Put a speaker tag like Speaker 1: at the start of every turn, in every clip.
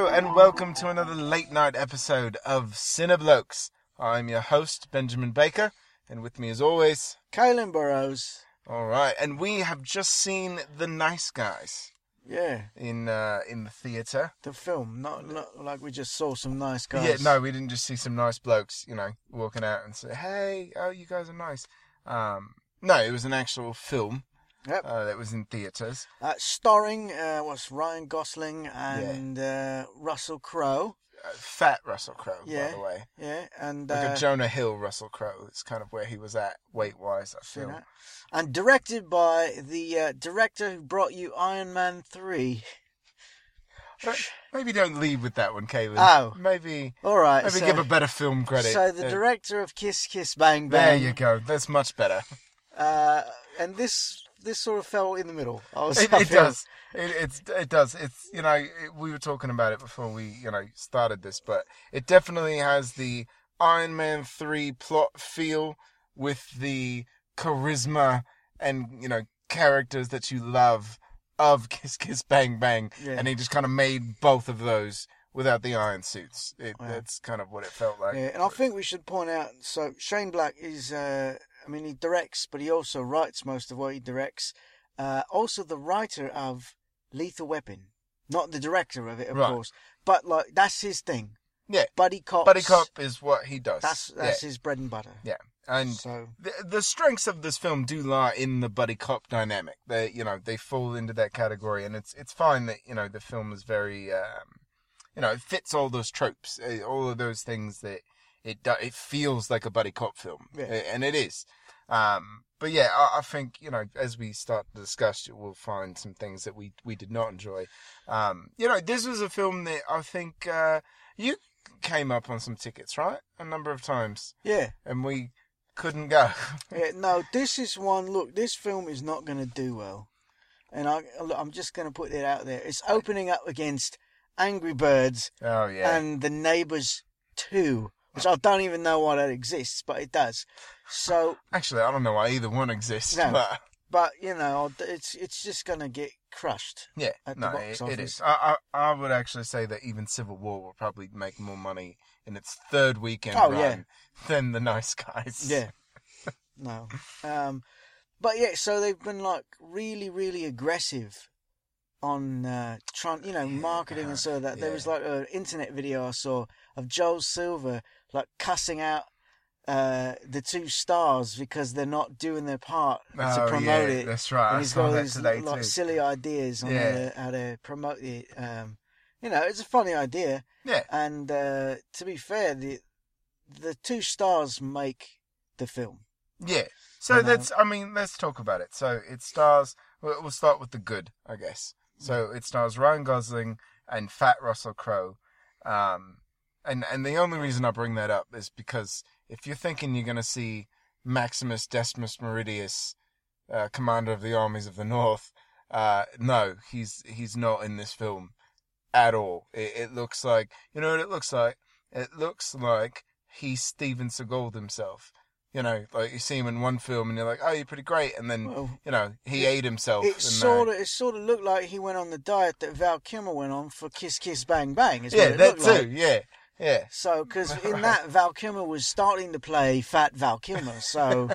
Speaker 1: welcome to another late night episode of Cineblokes. I'm your host, Benjamin Baker, and with me as always,
Speaker 2: Kalen Burrows.
Speaker 1: all right, and we have just seen The Nice Guys
Speaker 2: Yeah,
Speaker 1: in uh, in the theater.
Speaker 2: the film. Not, not like we just saw some nice guys.
Speaker 1: Yeah, no, we didn't just see some nice blokes, you know, walking out and say, "Hey, oh, you guys are nice." Um, no, it was an actual film
Speaker 2: Yep.
Speaker 1: uh, that was in theaters.
Speaker 2: Uh, starring uh, what's Ryan Gosling and uh, Russell Crowe.
Speaker 1: Uh, fat Russell Crowe, by
Speaker 2: Yeah.
Speaker 1: the way,
Speaker 2: Yeah, and
Speaker 1: like
Speaker 2: uh,
Speaker 1: a Jonah Hill Russell Crowe. It's kind of where he was at weight wise. I
Speaker 2: see
Speaker 1: feel.
Speaker 2: that? and directed by the uh, director who brought you Iron Man three.
Speaker 1: But maybe don't leave with that one, Caleb.
Speaker 2: Oh.
Speaker 1: Maybe
Speaker 2: All right,
Speaker 1: maybe
Speaker 2: so,
Speaker 1: give a better film credit.
Speaker 2: so the
Speaker 1: Uh,
Speaker 2: director of Kiss Kiss Bang
Speaker 1: There
Speaker 2: Bang.
Speaker 1: you go. That's much better.
Speaker 2: Uh, and this this sort of fell in the middle. I was
Speaker 1: It,
Speaker 2: I
Speaker 1: it
Speaker 2: feel-
Speaker 1: does. It, it's it does. It's you know it, we were talking about it before we you know started this, but it definitely has the Iron Man three plot feel with the charisma and you know characters that you love of Kiss Kiss Bang Bang,
Speaker 2: Yeah.
Speaker 1: and he just kind of made both of those without the iron suits. It,
Speaker 2: Wow.
Speaker 1: That's kind of what it felt like.
Speaker 2: Yeah, and I think we should point out. So Shane Black is, uh, I mean, he directs, but he also writes most of what he directs. Uh, also, the writer of Lethal Weapon, not the director of it, of
Speaker 1: Right.
Speaker 2: course, but like that's his thing.
Speaker 1: Yeah.
Speaker 2: buddy cop.
Speaker 1: Buddy cop is what he does.
Speaker 2: That's
Speaker 1: Yeah.
Speaker 2: that's his bread and butter.
Speaker 1: Yeah, and
Speaker 2: so
Speaker 1: the, the strengths of this film do lie in the buddy cop dynamic. They, you know, they fall into that category, and it's it's fine that you know the film is very, um, you know, it fits all those tropes, eh, all of those things that it do, it feels like a buddy cop film,
Speaker 2: Yeah.
Speaker 1: eh, and it is. Um, but yeah, I, I think you know as we start to discuss, we'll find some things that we we did not enjoy. Um, you know, this was a film that I think uh, you came up on some tickets, right, a number of times,
Speaker 2: yeah,
Speaker 1: and we couldn't go.
Speaker 2: yeah. No, this is one. Look, this film is not going to do well, and I look, I'm just going to put it out there. It's opening up against Angry Birds
Speaker 1: Oh yeah.
Speaker 2: and the neighbors too, which I don't even know why that exists, but it does. So,
Speaker 1: Actually, I don't know why either one exists.
Speaker 2: No.
Speaker 1: But
Speaker 2: but you know, it's it's just gonna get crushed.
Speaker 1: yeah,
Speaker 2: At the
Speaker 1: no,
Speaker 2: box
Speaker 1: it- it
Speaker 2: office.
Speaker 1: is. I, I I would actually say that even Civil War will probably make more money in its third weekend
Speaker 2: Oh,
Speaker 1: run
Speaker 2: yeah.
Speaker 1: than the Nice Guys.
Speaker 2: Yeah. No. Um, but yeah, so they've been like really, really aggressive on uh, trying, you know,
Speaker 1: Yeah, uh-huh.
Speaker 2: marketing and so that. There
Speaker 1: yeah.
Speaker 2: was like an internet video I saw of Joel Silver like cussing out uh, the two stars because they're not doing their part to
Speaker 1: Oh,
Speaker 2: promote
Speaker 1: yeah,
Speaker 2: it.
Speaker 1: That's right. I
Speaker 2: and he's
Speaker 1: saw
Speaker 2: got all
Speaker 1: that
Speaker 2: these
Speaker 1: today
Speaker 2: like
Speaker 1: too.
Speaker 2: silly ideas on
Speaker 1: Yeah.
Speaker 2: how, to, how to promote it. Um, you know, it's a funny idea,
Speaker 1: Yeah,
Speaker 2: and uh, to be fair, the the two stars make the film.
Speaker 1: yeah. So
Speaker 2: You know.
Speaker 1: that's. I mean, let's talk about it. So it stars. We'll we'll start with the good, I guess. So it stars Ryan Gosling and Fat Russell Crowe. Um, and and the only reason I bring that up is because if you're thinking you're going to see Maximus Decimus Meridius, uh, commander of the armies of the North, uh, no, he's he's not in this film at all. It, it looks like you know what it looks like. It looks like he's Steven Seagal himself. You know, like you see him in one film and you're like, oh, you're pretty great, and then
Speaker 2: Well,
Speaker 1: you know he
Speaker 2: it-
Speaker 1: ate himself.
Speaker 2: it
Speaker 1: and, uh,
Speaker 2: sort of it sort of looked like he went on the diet that Val Kilmer went on for Kiss Kiss Bang Bang. Is what
Speaker 1: yeah,
Speaker 2: it
Speaker 1: that
Speaker 2: looked
Speaker 1: too.
Speaker 2: Like.
Speaker 1: Yeah, yeah.
Speaker 2: So, because in
Speaker 1: Right.
Speaker 2: that Val Kilmer was starting to play fat Val Kilmer, so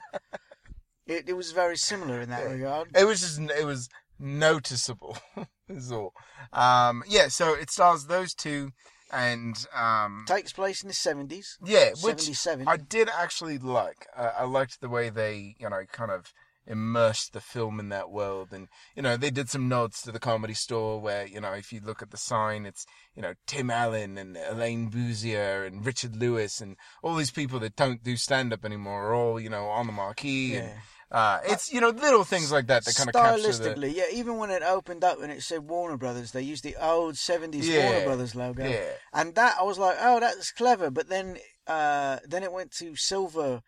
Speaker 2: it, it was very similar in that
Speaker 1: Yeah.
Speaker 2: regard.
Speaker 1: It was just it was noticeable. is all. Um, yeah. So it stars those two, and um,
Speaker 2: Takes place in the seventies,
Speaker 1: yeah, which
Speaker 2: seventy seven.
Speaker 1: I did actually like. Uh, I liked the way they, you know, kind of immersed the film in that world, and you know, they did some nods to the Comedy Store, where you know, if you look at the sign, it's you know Tim Allen and Elaine Bouzier and Richard Lewis and all these people that don't do stand up anymore are all you know on the marquee, and
Speaker 2: Yeah.
Speaker 1: uh, it's you know little things like that that kind of capture the
Speaker 2: Stylistically, yeah. Even when it opened up and it said Warner Brothers, they used the old seventies
Speaker 1: Yeah.
Speaker 2: Warner Brothers logo.
Speaker 1: yeah.
Speaker 2: and that I was like, oh, that's clever. But then, uh, then it went to Silver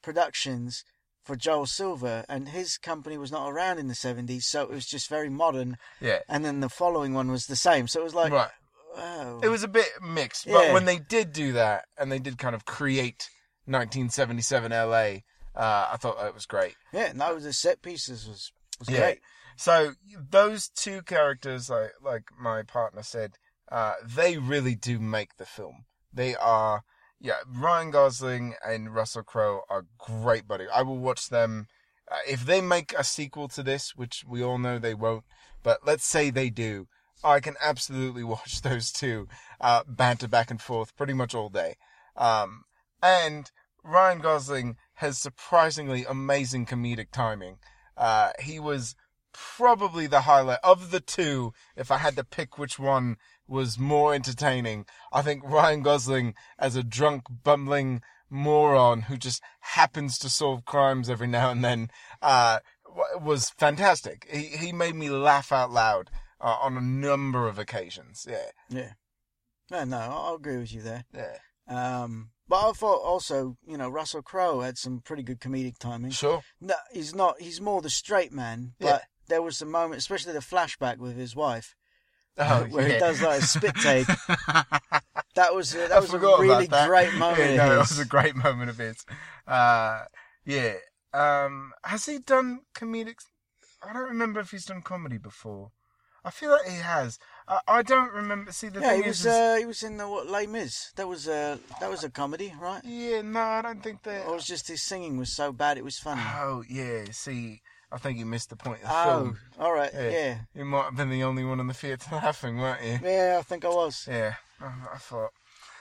Speaker 2: Productions for Joel Silver, and his company was not around in the seventies, so it was just very modern.
Speaker 1: Yeah.
Speaker 2: And then the following one was the same, so it was like,
Speaker 1: right.
Speaker 2: oh,
Speaker 1: It was a bit mixed, but
Speaker 2: Yeah.
Speaker 1: when they did do that and they did kind of create 1977 LA, uh, I thought that was great.
Speaker 2: yeah. And that was the set pieces was was
Speaker 1: Yeah.
Speaker 2: great.
Speaker 1: So those two characters, like like my partner said, Uh, they really do make the film. They are, yeah, Ryan Gosling and Russell Crowe are great buddies. I will watch them. Uh, if they make a sequel to this, which we all know they won't, but let's say they do, I can absolutely watch those two uh, banter back and forth pretty much all day. Um, and Ryan Gosling has surprisingly amazing comedic timing. Uh, he was probably the highlight of the two. If I had to pick which one was more entertaining, I think Ryan Gosling as a drunk, bumbling moron who just happens to solve crimes every now and then uh, w- was fantastic. He he made me laugh out loud uh, on a number of occasions. Yeah,
Speaker 2: Yeah. No, no, I- I'll agree with you there.
Speaker 1: yeah,
Speaker 2: Um, but I thought also, you know, Russell Crowe had some pretty good comedic timing.
Speaker 1: sure,
Speaker 2: No, he's not. He's more the straight man. But
Speaker 1: Yeah.
Speaker 2: there was a moment, especially the flashback with his wife,
Speaker 1: oh,
Speaker 2: where
Speaker 1: yeah.
Speaker 2: he does like a spit take. That was that
Speaker 1: I
Speaker 2: was a
Speaker 1: forgot about
Speaker 2: really
Speaker 1: that.
Speaker 2: great
Speaker 1: Yeah,
Speaker 2: moment. of
Speaker 1: no, it
Speaker 2: his.
Speaker 1: was a great moment of his. Uh, yeah. Um, has he done comedic? I don't remember if he's done comedy before. I feel like he has. I, I don't remember. See, the
Speaker 2: yeah,
Speaker 1: thing
Speaker 2: he was
Speaker 1: is, is-
Speaker 2: uh, he was in the what Les Mis. That was a that was a comedy, right?
Speaker 1: yeah, no, I don't think that.
Speaker 2: Or was just his singing was so bad it was funny.
Speaker 1: Oh, yeah. See, I think you missed the point of the
Speaker 2: Oh,
Speaker 1: film.
Speaker 2: all right,
Speaker 1: Yeah.
Speaker 2: yeah,
Speaker 1: You might have been the only one in the theatre laughing, weren't you?
Speaker 2: yeah. I think I was.
Speaker 1: Yeah, I I thought.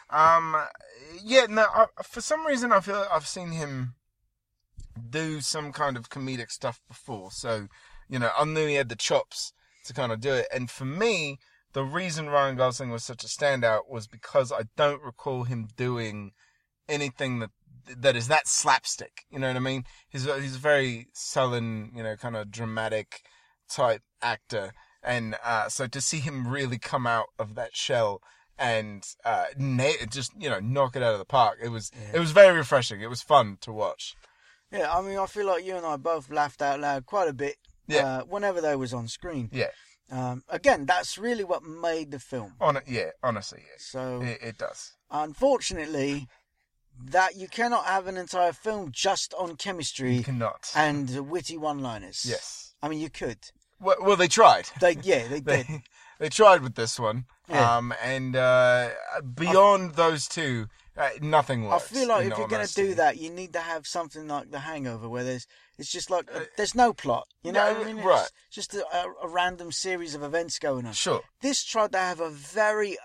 Speaker 1: Um, yeah, no, I, for some reason I feel like I've seen him do some kind of comedic stuff before. So, you know, I knew he had the chops to kind of do it. And for me, the reason Ryan Gosling was such a standout was because I don't recall him doing anything that that is that slapstick. You know what I mean? He's a- he's a very sullen, you know, kind of dramatic type actor, and uh, so to see him really come out of that shell and uh, na- just you know knock it out of the park, it was it was very refreshing. It was fun to watch.
Speaker 2: Yeah, I mean, I feel like you and I both laughed out loud quite a bit.
Speaker 1: Yeah.
Speaker 2: Uh, whenever they was on screen.
Speaker 1: Yeah,
Speaker 2: Um, again, that's really what made the film.
Speaker 1: on yeah, honestly, yes.
Speaker 2: So
Speaker 1: It, it does.
Speaker 2: unfortunately, that you cannot have an entire film just on chemistry
Speaker 1: You cannot.
Speaker 2: and witty one-liners.
Speaker 1: Yes.
Speaker 2: I mean you could.
Speaker 1: Well, well, they tried.
Speaker 2: They yeah they did.
Speaker 1: They they tried with this one.
Speaker 2: Yeah.
Speaker 1: Um, and uh, beyond those two, uh, nothing
Speaker 2: I
Speaker 1: works.
Speaker 2: feel like
Speaker 1: in
Speaker 2: if you're going to
Speaker 1: honesty.
Speaker 2: do that, you need to have something like The Hangover, where there's it's just like a, there's no plot. You know,
Speaker 1: Uh, no,
Speaker 2: what I mean? It's
Speaker 1: right.
Speaker 2: Just a, a, a random series of events going on.
Speaker 1: sure.
Speaker 2: This tried to have a very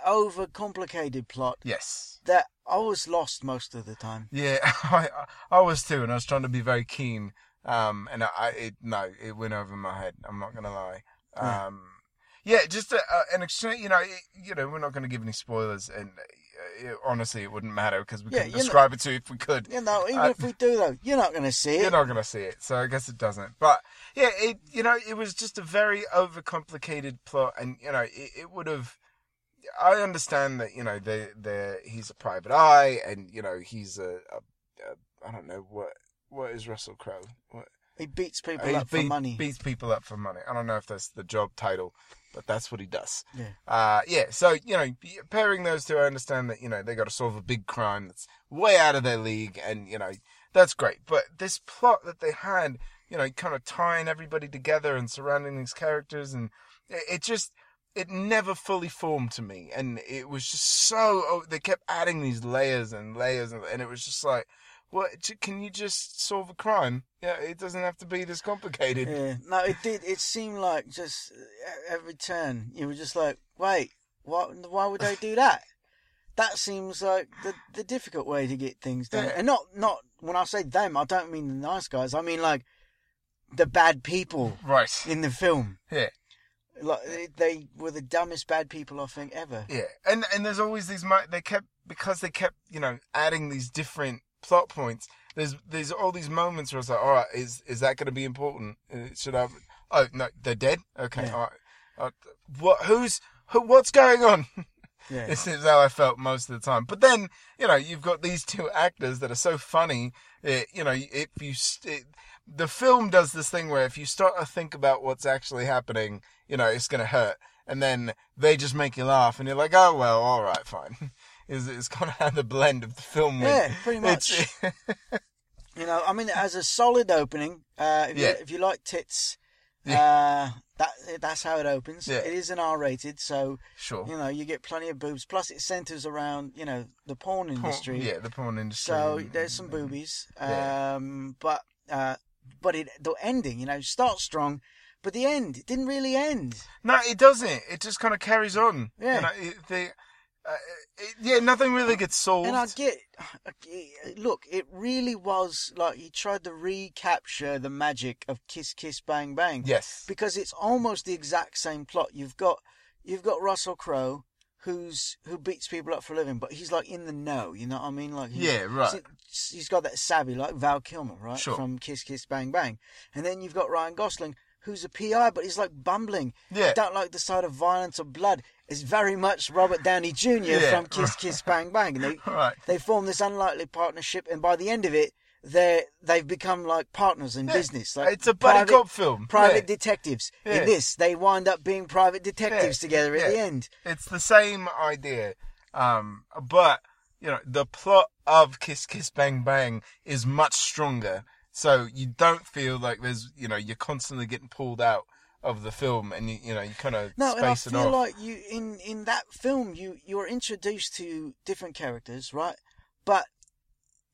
Speaker 2: overcomplicated plot
Speaker 1: Yes.
Speaker 2: that I was lost most of the time.
Speaker 1: Yeah, I, I I was too, and I was trying to be very keen. Um, and I, I it, no, it went over my head. I'm not gonna lie.
Speaker 2: Yeah.
Speaker 1: Um, yeah, just a, a, an extreme. You know, it, you know, we're not gonna give any spoilers, and uh, it, honestly, it wouldn't matter because we
Speaker 2: Yeah,
Speaker 1: couldn't
Speaker 2: you're not-
Speaker 1: describe it to you if we could.
Speaker 2: You know, even
Speaker 1: Uh,
Speaker 2: if we do though, you're not going to see
Speaker 1: You're
Speaker 2: it.
Speaker 1: not gonna see it, so I guess it doesn't. But yeah, it you know, it was just a very overcomplicated plot, and you know, it, it would have. I understand that you know the the he's a private eye, and you know he's a, a, a I don't know what what is Russell Crowe. What-
Speaker 2: He beats people
Speaker 1: he
Speaker 2: up for
Speaker 1: beat-
Speaker 2: money.
Speaker 1: Beats people up for money. I don't know if that's the job title, but that's what he does.
Speaker 2: Yeah.
Speaker 1: Uh, yeah. So you know, pairing those two, I understand that you know they got to solve a big crime that's way out of their league, and you know that's great. But this plot that they had, you know, kind of tying everybody together and surrounding these characters, and it, it just it never fully formed to me, and it was just so oh, they kept adding these layers and layers, and, and it was just like. What j- can you just solve a crime? Yeah, it doesn't have to be this complicated.
Speaker 2: Yeah. No, it did. It seemed like just uh, every turn you were just like, wait, why? Why would they do that? That seems like the the difficult way to get things done.
Speaker 1: Yeah.
Speaker 2: And not not when I say them, I don't mean the nice guys. I mean like the bad people
Speaker 1: Right.
Speaker 2: in the film.
Speaker 1: Yeah.
Speaker 2: Like they- they were the dumbest bad people I think ever.
Speaker 1: Yeah, and and there's always these. mi- They kept because they kept you know adding these different plot points. There's there's all these moments where it's like, all right, is is that going to be important? Uh, Should I? Oh no, they're dead. Okay,
Speaker 2: Yeah.
Speaker 1: all right. Uh, what? Who's? Who, what's going on?
Speaker 2: Yeah.
Speaker 1: This is how I felt most of the time. But then, you know, you've got these two actors that are so funny. It, you know, if you st- it, the film does this thing where if you start to think about what's actually happening, you know, it's going to hurt. And then they just make you laugh, and you're like, oh well, all right, fine. Is it's kind of how the blend of the film went.
Speaker 2: Yeah, pretty much.
Speaker 1: It's-
Speaker 2: You know, I mean, as a solid opening, uh, if,
Speaker 1: Yeah.
Speaker 2: you, if you like tits, Uh, that that's how it opens.
Speaker 1: Yeah.
Speaker 2: It is an R-rated, so
Speaker 1: Sure.
Speaker 2: you know you get plenty of boobs. Plus, it centers around you know the porn
Speaker 1: Porn-
Speaker 2: industry.
Speaker 1: yeah, the porn industry.
Speaker 2: So
Speaker 1: and-
Speaker 2: there's some
Speaker 1: and-
Speaker 2: boobies.
Speaker 1: Yeah.
Speaker 2: Um, but uh, but it the ending, you know, starts strong, but the end it didn't really end.
Speaker 1: No, it doesn't. It just kind of carries on.
Speaker 2: Yeah.
Speaker 1: You know, it, they, uh, it, yeah, nothing really gets solved.
Speaker 2: And I get, look, it really was like he tried to recapture the magic of Kiss Kiss Bang Bang.
Speaker 1: yes.
Speaker 2: because it's almost the exact same plot. You've got you've got Russell Crowe who's who beats people up for a living, but he's like in the know. You know what I mean? Like he's,
Speaker 1: Yeah, right.
Speaker 2: he's- he's got that savvy like Val Kilmer, right?
Speaker 1: Sure.
Speaker 2: From Kiss Kiss Bang Bang, and then you've got Ryan Gosling. Who's a PI, but he's like bumbling.
Speaker 1: Yeah.
Speaker 2: Don't like the sight of violence or blood. It's very much Robert Downey Jr.
Speaker 1: Yeah,
Speaker 2: from Kiss Kiss Bang Bang. And they,
Speaker 1: Right.
Speaker 2: they form this unlikely partnership, and by the end of it, they they've become like partners in
Speaker 1: Yeah.
Speaker 2: business. Like
Speaker 1: it's a buddy
Speaker 2: private-
Speaker 1: cop film.
Speaker 2: private
Speaker 1: Yeah.
Speaker 2: detectives.
Speaker 1: Yeah.
Speaker 2: In this, they wind up being private detectives
Speaker 1: Yeah.
Speaker 2: together at the
Speaker 1: Yeah.
Speaker 2: end.
Speaker 1: it's the same idea. Um, but, you know, the plot of Kiss Kiss Bang Bang is much stronger. So you don't feel like there's, you know, you're constantly getting pulled out of the film and you, you know, you kind of
Speaker 2: No, and I
Speaker 1: space it
Speaker 2: feel
Speaker 1: off.
Speaker 2: like you in in that film you you're introduced to different characters, right? But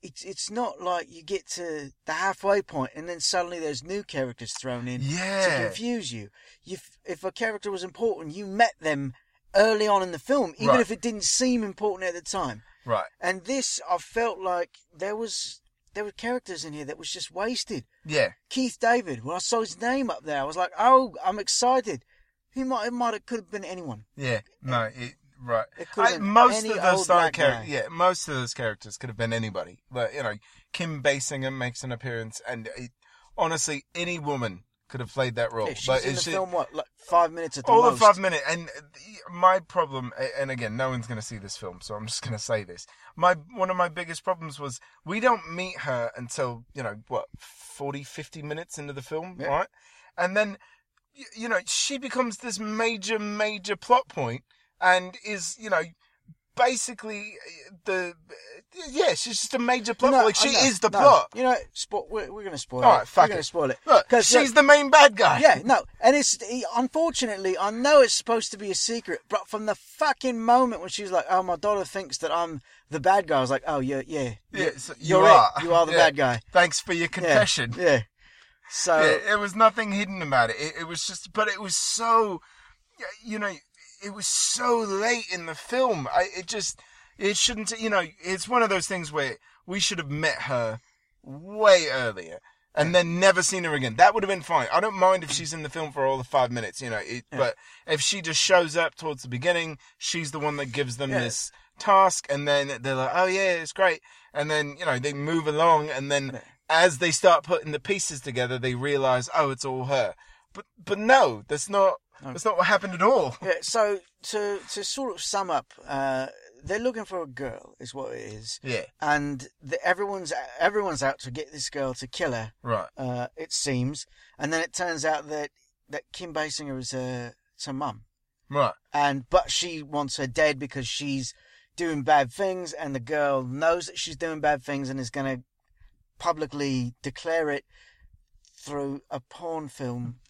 Speaker 2: it's it's not like you get to the halfway point and then suddenly there's new characters thrown in
Speaker 1: Yeah.
Speaker 2: to confuse you. If if a character was important, you met them early on in the film, even
Speaker 1: Right.
Speaker 2: if it didn't seem important at the time.
Speaker 1: right.
Speaker 2: And this, I felt like there was there were characters in here that was just wasted.
Speaker 1: Yeah.
Speaker 2: Keith David. When I saw his name up there, I was like, "Oh, I'm excited." He might, it might, it could have been anyone.
Speaker 1: Yeah, no, it, right.
Speaker 2: It could have
Speaker 1: I,
Speaker 2: been
Speaker 1: most
Speaker 2: any
Speaker 1: of
Speaker 2: old
Speaker 1: those side
Speaker 2: black
Speaker 1: characters,
Speaker 2: guy.
Speaker 1: yeah, most of those characters could have been anybody. But you know, Kim Basinger makes an appearance, and it, honestly, any woman could have played that role.
Speaker 2: Yeah, she's
Speaker 1: Oh, but
Speaker 2: in the
Speaker 1: it's-
Speaker 2: film what, like five minutes at the
Speaker 1: all
Speaker 2: most.
Speaker 1: of five minutes. And the- my problem, a- and again, no one's going to see this film, so I'm just going to say this. My one of my biggest problems was we don't meet her until you know what 40, 50 minutes into the film,
Speaker 2: Yeah.
Speaker 1: right? And then y- you know she becomes this major, major plot point, and is you know. Basically, uh, the uh, yeah, she's just a major plot.
Speaker 2: No,
Speaker 1: point. like she
Speaker 2: I know,
Speaker 1: is the
Speaker 2: no.
Speaker 1: plot.
Speaker 2: You know, spo- we're, we're going to spoil
Speaker 1: All
Speaker 2: it.
Speaker 1: right, fuck
Speaker 2: we're going
Speaker 1: it.
Speaker 2: to spoil it.
Speaker 1: Look,
Speaker 2: 'Cause,
Speaker 1: she's the main bad guy.
Speaker 2: yeah, no, and it's he- unfortunately I know it's supposed to be a secret, but from the fucking moment when she's like, "Oh, my daughter thinks that I'm the bad guy," I was like, "Oh, yeah, yeah,
Speaker 1: Yeah,
Speaker 2: you're-
Speaker 1: so
Speaker 2: you're
Speaker 1: you
Speaker 2: right.
Speaker 1: are.
Speaker 2: you are the
Speaker 1: Yeah.
Speaker 2: bad guy."
Speaker 1: Thanks for your
Speaker 2: Yeah,
Speaker 1: confession.
Speaker 2: Yeah. So
Speaker 1: yeah, it was nothing hidden about it. it. It was just, but it was so, you know, it was so late in the film. I, it just, it shouldn't, you know, it's one of those things where we should have met her way earlier and then never seen her again. That would have been fine. I don't mind if she's in the film for all the five minutes, you know, it, but if she just shows up towards the beginning, she's the one that gives them
Speaker 2: Yeah.
Speaker 1: this task and then they're like, oh yeah, it's great. And then, you know, they move along and then as they start putting the pieces together, they realize, oh, it's all her. But, but no, that's not, that's not what happened at all.
Speaker 2: Yeah, so to to sort of sum up, uh, they're looking for a girl, is what it is,
Speaker 1: Yeah.
Speaker 2: and the, everyone's everyone's out to get this girl to kill her.
Speaker 1: Right.
Speaker 2: Uh, it seems, and then it turns out that that Kim Basinger is uh, it's her mum,
Speaker 1: Right.
Speaker 2: and but she wants her dead because she's doing bad things, and the girl knows that she's doing bad things and is going to publicly declare it through a porn film.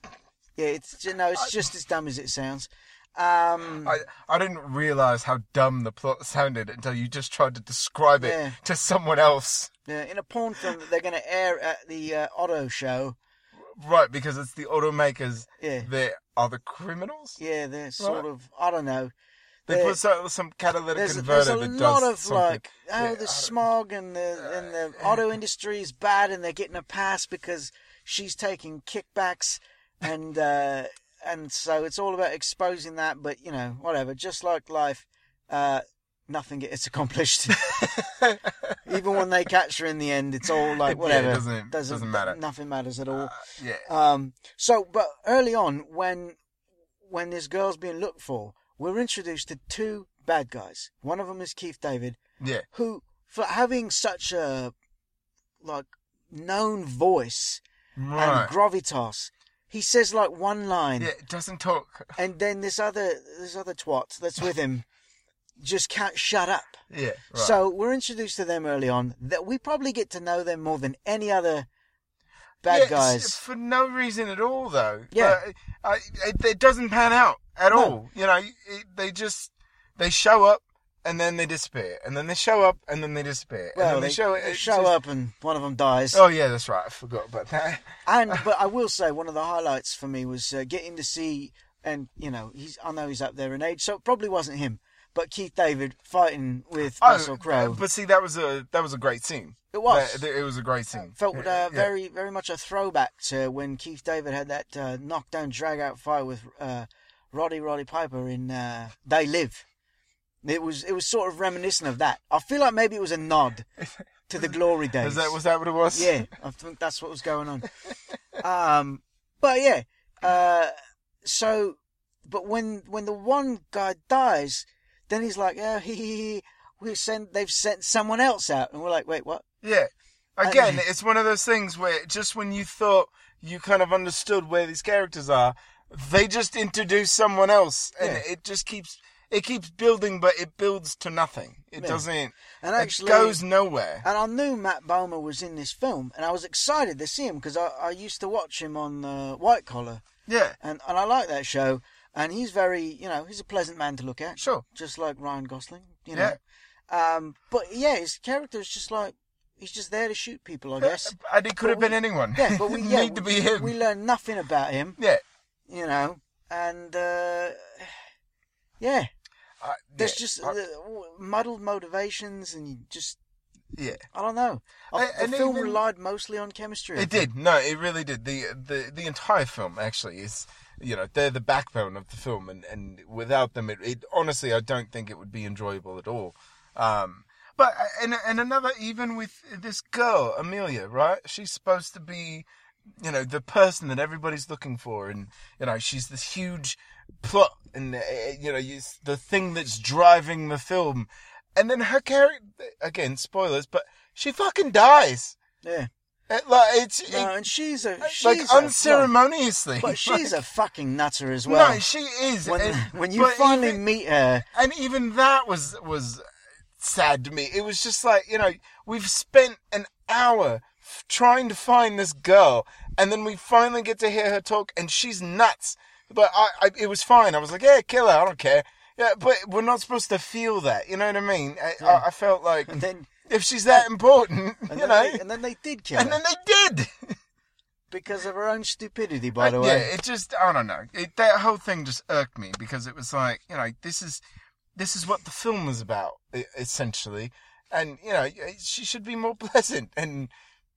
Speaker 2: Yeah, it's you know it's just as dumb as it sounds. Um,
Speaker 1: I, I didn't realize how dumb the plot sounded until you just tried to describe it
Speaker 2: Yeah.
Speaker 1: to someone else.
Speaker 2: Yeah, in a porn film that they're going to air at the uh, Otto show.
Speaker 1: Right, because it's the automakers
Speaker 2: Yeah,
Speaker 1: that are the criminals.
Speaker 2: yeah, they're sort of I don't know.
Speaker 1: They
Speaker 2: There-
Speaker 1: put so, some catalytic
Speaker 2: There's,
Speaker 1: converter
Speaker 2: there's a
Speaker 1: that
Speaker 2: lot
Speaker 1: does
Speaker 2: of
Speaker 1: something.
Speaker 2: like oh
Speaker 1: Yeah, I
Speaker 2: the
Speaker 1: don't-
Speaker 2: smog and the and the auto industry is bad and they're getting a pass because she's taking kickbacks and uh, and so it's all about exposing that. But you know whatever, just like life, uh, nothing gets accomplished. Even when they catch her in the end, it's all like
Speaker 1: it
Speaker 2: whatever
Speaker 1: doesn't- doesn't matter.
Speaker 2: Nothing matters at all.
Speaker 1: Uh, yeah,
Speaker 2: Um, so, but early on, when when this girl's being looked for, we're introduced to two bad guys. One of them is Keith David,
Speaker 1: yeah,
Speaker 2: who, for having such a like known voice
Speaker 1: right.
Speaker 2: and gravitas, he says like one line,
Speaker 1: yeah, it doesn't talk.
Speaker 2: and then this other this other twat that's with him just can't shut up.
Speaker 1: Yeah, right.
Speaker 2: So we're introduced to them early on. That we probably get to know them more than any other bad
Speaker 1: Yeah, it's-
Speaker 2: guys.
Speaker 1: for no reason at all, though.
Speaker 2: Yeah.
Speaker 1: But uh, I, it, it doesn't pan out at
Speaker 2: No.
Speaker 1: all. You know, it, they just they show up and then they disappear, and then they show up and then they disappear, and
Speaker 2: well,
Speaker 1: then
Speaker 2: they,
Speaker 1: they, show
Speaker 2: they
Speaker 1: it.
Speaker 2: show up and one of them dies.
Speaker 1: Oh yeah, that's right. I forgot about that.
Speaker 2: And but I will say one of the highlights for me was uh, getting to see, and you know, he's I know he's up there in age, so it probably wasn't him, but Keith David fighting with Russell Crowe.
Speaker 1: Oh, uh, But see, that was a that was a great scene.
Speaker 2: It was.
Speaker 1: That- it was a great scene.
Speaker 2: Felt uh,
Speaker 1: Yeah.
Speaker 2: very, very much a throwback to when Keith David had that uh, knockdown, drag-out fight with uh, Roddy Roddy Piper in uh, They Live. It was, it was sort of reminiscent of that. I feel like maybe it was a nod to the glory days.
Speaker 1: Was that was that what it was?
Speaker 2: Yeah, I think that's what was going on. Um, but yeah, uh, so, but when when the one guy dies, then he's like, oh, he, he, he, we sent, they've sent someone else out, and we're like, wait, what?
Speaker 1: Yeah. Again, it's one of those things where just when you thought you kind of understood where these characters are, they just introduce someone else, and
Speaker 2: Yeah.
Speaker 1: it just keeps it keeps building, but it builds to nothing. It
Speaker 2: Yeah.
Speaker 1: doesn't.
Speaker 2: And actually,
Speaker 1: it goes nowhere.
Speaker 2: and I knew Matt Bomer was in this film, and I was excited to see him because I, I used to watch him on uh, White Collar,
Speaker 1: yeah.
Speaker 2: and and I like that show, and he's very, you know, he's a pleasant man to look at.
Speaker 1: Sure.
Speaker 2: just like Ryan Gosling, you know. Um, but yeah, his character is just like he's just there to shoot people, I guess.
Speaker 1: And it could have
Speaker 2: we-
Speaker 1: been anyone.
Speaker 2: Yeah, but we
Speaker 1: It
Speaker 2: yeah,
Speaker 1: uh, need to
Speaker 2: we-
Speaker 1: be him.
Speaker 2: We learn nothing about him,
Speaker 1: yeah.
Speaker 2: you know, and uh, yeah,
Speaker 1: I-
Speaker 2: there's
Speaker 1: yeah.
Speaker 2: just
Speaker 1: I-
Speaker 2: the muddled motivations, and you just
Speaker 1: yeah.
Speaker 2: I don't know. I,
Speaker 1: I-
Speaker 2: the
Speaker 1: and
Speaker 2: film
Speaker 1: even-
Speaker 2: relied mostly on chemistry. I
Speaker 1: It
Speaker 2: think.
Speaker 1: did. No, it really did. The the the entire film actually is you know they're the backbone of the film, and and without them, it, it honestly I don't think it would be enjoyable at all. Um, but and and another even with this girl Amelia, right? She's supposed to be you know the person that everybody's looking for, and you know she's this huge plot, and uh, you know it's the thing that's driving the film. And then her character again, spoilers, but she fucking dies.
Speaker 2: Yeah,
Speaker 1: It, like it's it-
Speaker 2: no, and she's a she's
Speaker 1: like
Speaker 2: a-
Speaker 1: unceremoniously.
Speaker 2: but she's a fucking nutter as
Speaker 1: Like,
Speaker 2: well.
Speaker 1: no, she is.
Speaker 2: when
Speaker 1: and,
Speaker 2: when you
Speaker 1: but
Speaker 2: finally
Speaker 1: even,
Speaker 2: meet her,
Speaker 1: and even that was was sad to me. It was just like you know we've spent an hour f- trying to find this girl, and then we finally get to hear her talk, and she's nuts. But I, I it was fine. I was like, yeah, kill her. I don't care. Yeah, but we're not supposed to feel that. You know what I mean? I, I, I felt like
Speaker 2: and then
Speaker 1: if she's that important,
Speaker 2: and
Speaker 1: you
Speaker 2: then,
Speaker 1: know.
Speaker 2: they, and then they did kill her.
Speaker 1: and then they did.
Speaker 2: because of her own stupidity, by the
Speaker 1: Uh,
Speaker 2: way.
Speaker 1: Yeah, it just I don't know. It, that whole thing just irked me because it was like you know this is this is what the film was about e- essentially, and you know y- she should be more pleasant and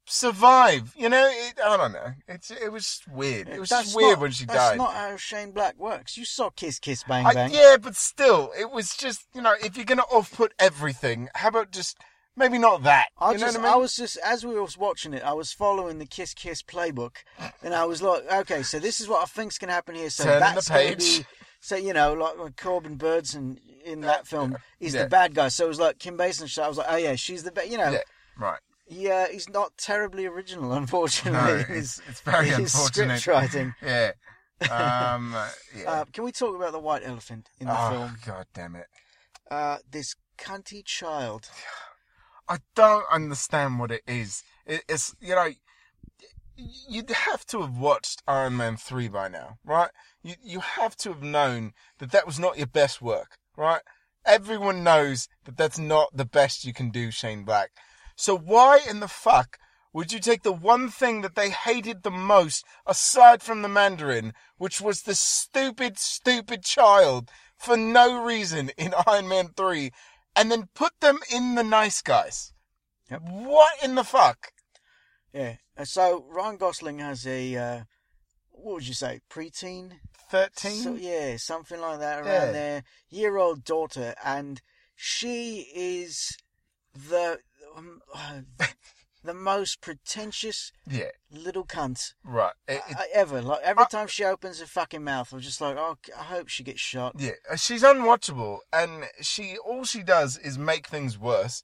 Speaker 1: survive. You know, it, I don't know. It's it was just weird. It was just weird
Speaker 2: not,
Speaker 1: when she
Speaker 2: That's
Speaker 1: died.
Speaker 2: not how Shane Black works. You saw Kiss Kiss Bang
Speaker 1: I-
Speaker 2: Bang.
Speaker 1: yeah, but still, it was just you know if you're gonna off put everything, how about just maybe not that?
Speaker 2: I
Speaker 1: you know
Speaker 2: just,
Speaker 1: what I mean?
Speaker 2: I was just as we was watching it, I was following the Kiss Kiss playbook, and I was like, okay, so this is what I think's going to happen here. So
Speaker 1: Turning the
Speaker 2: that's going to
Speaker 1: page.
Speaker 2: be, so you know, like when Corbin Birdson in that film is
Speaker 1: Yeah.
Speaker 2: the bad guy. So it was like Kim Basinger. I was like, oh yeah, she's the bad. You know,
Speaker 1: yeah, right.
Speaker 2: yeah, he's not terribly original,
Speaker 1: No,
Speaker 2: unfortunately.
Speaker 1: it's, it's very
Speaker 2: his
Speaker 1: unfortunate.
Speaker 2: script writing.
Speaker 1: Yeah. Um, yeah.
Speaker 2: Uh, can we talk about the white elephant in the
Speaker 1: oh,
Speaker 2: film?
Speaker 1: God damn it.
Speaker 2: uh, this cunty child.
Speaker 1: I don't understand what it is. It, it's, you know, you'd have to have watched Iron Man 3 by now, right? You, you have to have known that that was not your best work, right? Everyone knows that that's not the best you can do, Shane Black. So why in the fuck would you take the one thing that they hated the most aside from the Mandarin, which was the stupid, stupid child for no reason in Iron Man 3, and then put them in the nice guys?
Speaker 2: Yep.
Speaker 1: What in the fuck?
Speaker 2: Yeah. Uh, So Ryan Gosling has a uh, what would you say, preteen?
Speaker 1: 13?
Speaker 2: So, yeah, something like that around
Speaker 1: Yeah.
Speaker 2: there. Year old daughter, and she is the um, uh, the most pretentious
Speaker 1: yeah.
Speaker 2: little cunt
Speaker 1: Right. It- it-
Speaker 2: I- ever. Like every
Speaker 1: I-
Speaker 2: time she opens her fucking mouth, I'm just like, oh, I hope she gets shot.
Speaker 1: yeah. Uh, She's unwatchable, and she all she does is make things worse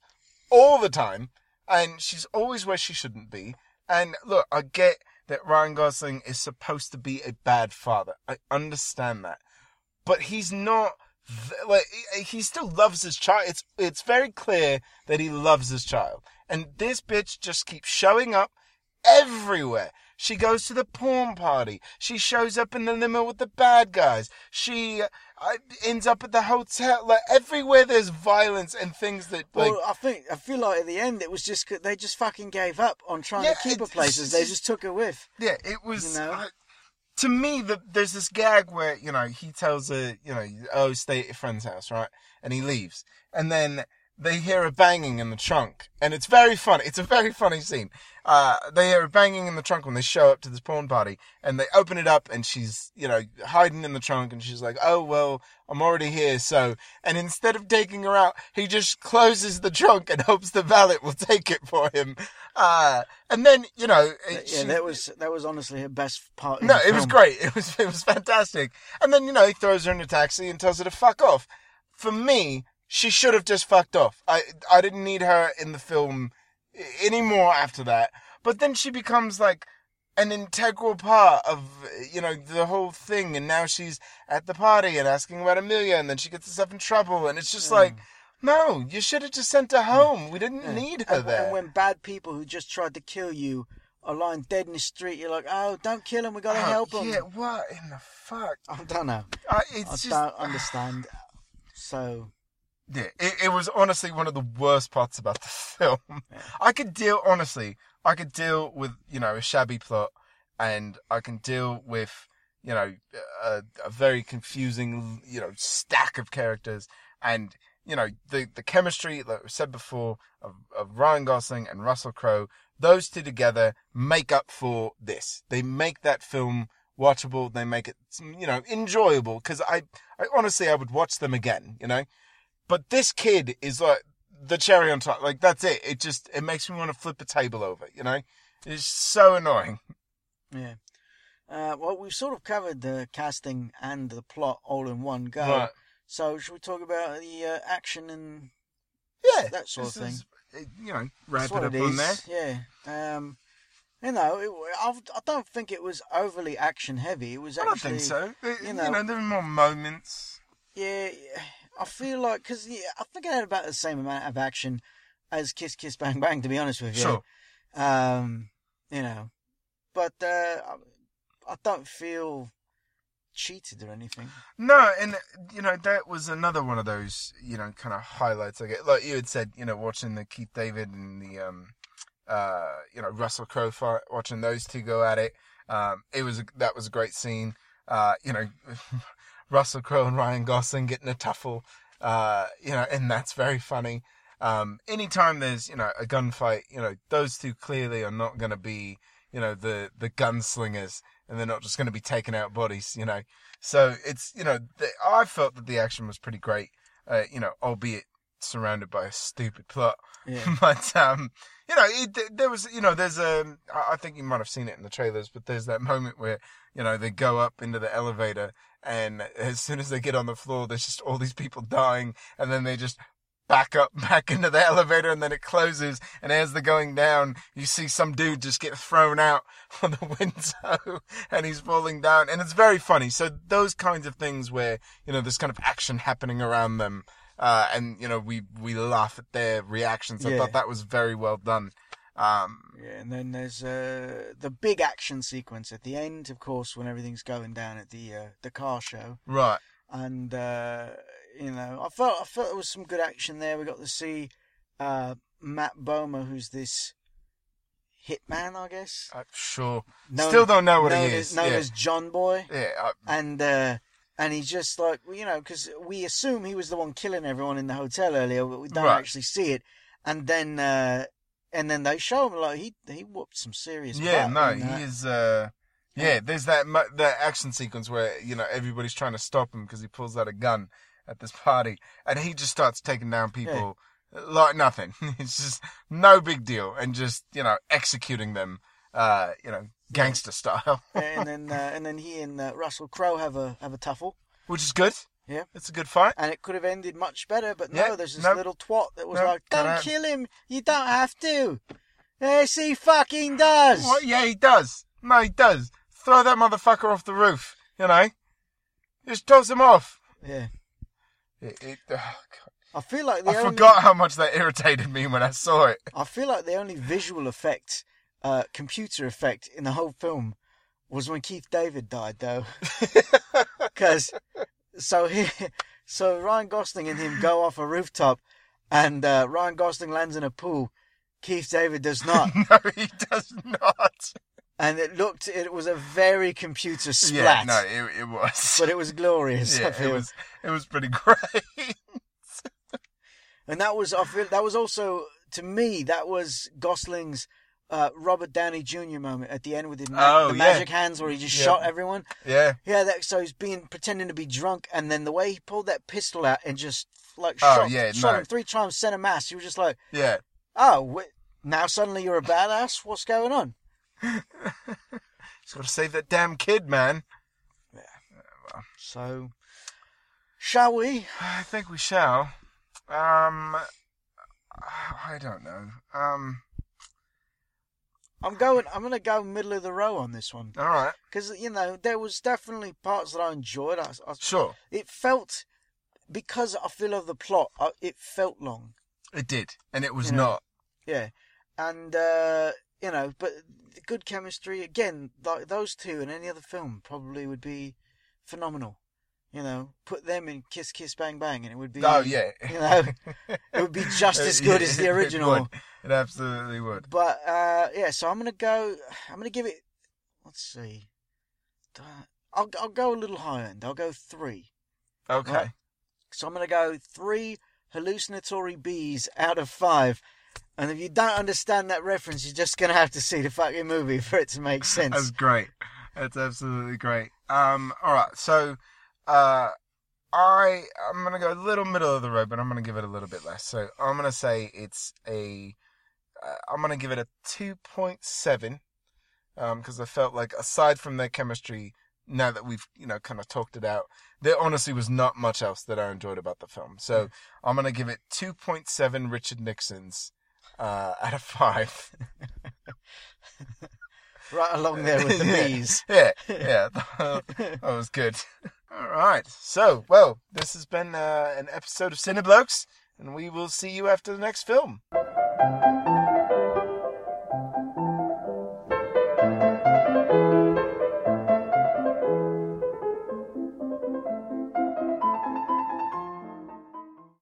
Speaker 1: all the time, and she's always where she shouldn't be. And look, I get that Ryan Gosling is supposed to be a bad father. I understand that, but he's not. th- Like he- he still loves his child. It's it's very clear that he loves his child, and this bitch just keeps showing up everywhere. She goes to the porn party. She shows up in the limo with the bad guys. She uh, ends up at the hotel. Like everywhere, there's violence and things that like.
Speaker 2: well, I think I feel like at the end it was just c- they just fucking gave up on trying
Speaker 1: Yeah,
Speaker 2: to keep her
Speaker 1: it's-
Speaker 2: places. They just took her with.
Speaker 1: Yeah, it was.
Speaker 2: You know?
Speaker 1: I- to me, the, there's this gag where you know he tells her, you know, oh, stay at your friend's house, right? And he leaves, and then they hear a banging in the trunk, and it's very funny. It's a very funny scene. Uh, they hear a banging in the trunk when they show up to this porn party, and they open it up, and she's, you know, hiding in the trunk, and she's like, oh well, I'm already here, so. And instead of taking her out, he just closes the trunk and hopes the valet will take it for him. Uh, and then you know,
Speaker 2: Yeah,
Speaker 1: it- she-
Speaker 2: that was that was honestly her best part. of
Speaker 1: no,
Speaker 2: the
Speaker 1: it was
Speaker 2: film.
Speaker 1: great. It was it was fantastic. And then you know he throws her in a taxi and tells her to fuck off. For me, she should have just fucked off. I I didn't need her in the film a- anymore after that. But then she becomes like an integral part of you know the whole thing, and now she's at the party and asking about Amelia, and then she gets herself in trouble, and it's just
Speaker 2: Mm.
Speaker 1: like. No, you should have just sent her home. We didn't
Speaker 2: Yeah.
Speaker 1: need her
Speaker 2: Mm. and,
Speaker 1: there.
Speaker 2: And when bad people who just tried to kill you are lying dead in the street, you're like, oh, don't kill him. We gotta
Speaker 1: Oh,
Speaker 2: help him.
Speaker 1: Yeah, what in the fuck?
Speaker 2: I don't know.
Speaker 1: I, it's
Speaker 2: I
Speaker 1: just,
Speaker 2: don't understand. So
Speaker 1: Yeah, it, it was honestly one of the worst parts about the film. I could deal, honestly, I could deal with, you know, a shabby plot and I can deal with, you know, a, a very confusing, you know, stack of characters and, you know, the, the chemistry, like we said before, of, of Ryan Gosling and Russell Crowe, those two together make up for this. They make that film watchable. They make it, you know, enjoyable because I, I honestly, I would watch them again, you know? But this kid is like the cherry on top. Like that's it. It just it makes me want to flip the table over. You know, it's so annoying.
Speaker 2: yeah. Uh, well, we've sort of covered the casting and the plot all in one go.
Speaker 1: Right.
Speaker 2: So, should we talk about the uh, action and
Speaker 1: Yeah,
Speaker 2: That sort of
Speaker 1: this is- you know,
Speaker 2: That's
Speaker 1: wrap it
Speaker 2: what
Speaker 1: up
Speaker 2: it
Speaker 1: on
Speaker 2: is.
Speaker 1: there.
Speaker 2: Yeah. Um, you know, it, I, I don't think it was overly action heavy. It was
Speaker 1: I
Speaker 2: actually.
Speaker 1: don't think so. It-
Speaker 2: you
Speaker 1: you, know,
Speaker 2: know-
Speaker 1: there were more moments.
Speaker 2: Yeah, yeah. I feel like because yeah, I think I had about the same amount of action as Kiss Kiss Bang Bang. To be honest with you.
Speaker 1: Sure.
Speaker 2: Um, you know, but uh, I, I don't feel cheated or anything.
Speaker 1: No, and you know that was another one of those you know kind of highlights. I get like you had said, you know, watching the Keith David and the um, uh, you know Russell Crowe fight, watching those two go at it. Um, it was a, that was a great scene. Uh, you know, Russell Crowe and Ryan Gosling getting a tuffle. Uh, you know, and that's very funny. Um, anytime there's you know a gunfight, you know those two clearly are not going to be you know the the gunslingers, and they're not just going to be taking out bodies. You know, so it's you know the, I felt that the action was pretty great. Uh, you know, albeit surrounded by a stupid plot,
Speaker 2: Yeah.
Speaker 1: but um, you know it, th- there was you know there's a I I think you might have seen it in the trailers, but there's that moment where you know they go up into the elevator, and as soon as they get on the floor, there's just all these people dying, and then they just back up back into the elevator and then it closes and as they're going down you see some dude just get thrown out on the window and he's falling down and it's very funny so those kinds of things where you know there's kind of action happening around them uh, and you know we we laugh at their reactions i
Speaker 2: Yeah.
Speaker 1: thought that was very well done um
Speaker 2: Yeah, and then there's uh, the big action sequence at the end, of course, when everything's going down at the uh, the car show.
Speaker 1: right
Speaker 2: and uh, you know, I felt I felt there was some good action there. We got to see uh, Matt Bomer, who's this hitman, I guess.
Speaker 1: uh, sure
Speaker 2: Known-
Speaker 1: still don't know what
Speaker 2: known
Speaker 1: he
Speaker 2: as-
Speaker 1: is
Speaker 2: known
Speaker 1: yeah,
Speaker 2: as John Boy,
Speaker 1: yeah I-
Speaker 2: and uh, and he's just like well, you know, because we assume he was the one killing everyone in the hotel earlier, but we don't
Speaker 1: Right.
Speaker 2: actually see it. And then uh, and then they show him like he he whooped some serious.
Speaker 1: Yeah,
Speaker 2: butt
Speaker 1: no,
Speaker 2: in that.
Speaker 1: he is. Uh, yeah, there's that mu- that action sequence where you know everybody's trying to stop him because he pulls out a gun at this party, and he just starts taking down people like nothing. it's just no big deal, and just you know executing them, uh, you know, gangster style,
Speaker 2: and then uh, and then he and uh, Russell Crowe have a have a tuffle.
Speaker 1: which is good.
Speaker 2: Yeah.
Speaker 1: it's a good fight.
Speaker 2: and it could have ended much better. But no,
Speaker 1: Yeah,
Speaker 2: there's this
Speaker 1: no.
Speaker 2: little twat that was
Speaker 1: No,
Speaker 2: like,
Speaker 1: no,
Speaker 2: "Don't
Speaker 1: no.
Speaker 2: kill him. You don't have to." Yes, he fucking does.
Speaker 1: Well, yeah, he does. No, he does. Throw that motherfucker off the roof. You know, just toss him off.
Speaker 2: Yeah,
Speaker 1: It, it, oh, God.
Speaker 2: I feel like the
Speaker 1: I
Speaker 2: only
Speaker 1: forgot how much that irritated me when I saw it.
Speaker 2: I feel like the only visual effect uh, computer effect in the whole film was when Keith David died, though. Because so he, so Ryan Gosling and him go off a rooftop, and uh, Ryan Gosling lands in a pool. Keith David does not,
Speaker 1: no, he does not.
Speaker 2: and it looked it was a very computer
Speaker 1: Yeah,
Speaker 2: splat,
Speaker 1: no, it, it was.
Speaker 2: but it was glorious. I
Speaker 1: yeah, it
Speaker 2: feel.
Speaker 1: was. It was pretty great.
Speaker 2: and that was I feel that was also to me that was Gosling's. Uh, Robert Downey Jr. moment at the end with the, ma-
Speaker 1: Oh,
Speaker 2: the
Speaker 1: yeah.
Speaker 2: magic hands where he just
Speaker 1: Yeah.
Speaker 2: shot everyone.
Speaker 1: yeah.
Speaker 2: Yeah, that, so he's being pretending to be drunk, and then the way he pulled that pistol out and just like
Speaker 1: Oh,
Speaker 2: shot,
Speaker 1: yeah,
Speaker 2: shot
Speaker 1: no.
Speaker 2: him three times, sent a mass. You were just like,
Speaker 1: Yeah.
Speaker 2: oh, wait, now suddenly you're a badass. What's going on?
Speaker 1: He's got to save that damn kid, man.
Speaker 2: So, shall we?
Speaker 1: I think we shall. Um, I don't know. Um,
Speaker 2: I'm going. I'm going to go middle of the row on this one
Speaker 1: all right.
Speaker 2: because you know there was definitely parts that I enjoyed. I, I,
Speaker 1: Sure.
Speaker 2: it felt because I feel of the plot, I, it felt long.
Speaker 1: It did, and it was
Speaker 2: You know.
Speaker 1: not.
Speaker 2: Yeah, and uh, you know, but good chemistry again. Like those two in any other film probably would be phenomenal. You know, put them in Kiss Kiss Bang Bang, and it would be.
Speaker 1: Oh yeah.
Speaker 2: You know, it would be just as good as the
Speaker 1: It- it
Speaker 2: original.
Speaker 1: would. It absolutely would.
Speaker 2: But uh, yeah, so I'm gonna go. I'm gonna give it. Let's see. Do I- I'll I'll go a little higher end. I'll go three.
Speaker 1: Okay.
Speaker 2: Right. So I'm going to go three hallucinatory bees out of five. And if you don't understand that reference, you're just going to have to see the fucking movie for it to make
Speaker 1: That's
Speaker 2: sense.
Speaker 1: great. That's absolutely great. Um, all right. So, uh, I I'm gonna go a little middle of the road, but I'm gonna give it a little bit less. So I'm gonna say it's a uh, I'm gonna give it a two point seven, um, because I felt like aside from their chemistry, now that we've you know kind of talked it out, there honestly was not much else that I enjoyed about the film. So I'm gonna give it two point seven Richard Nixon's uh, out of five.
Speaker 2: Right along there with the
Speaker 1: Yeah.
Speaker 2: bees.
Speaker 1: yeah, yeah. that was good. All right. So, well, this has been uh, an episode of Cineblokes, and we will see you after the next film.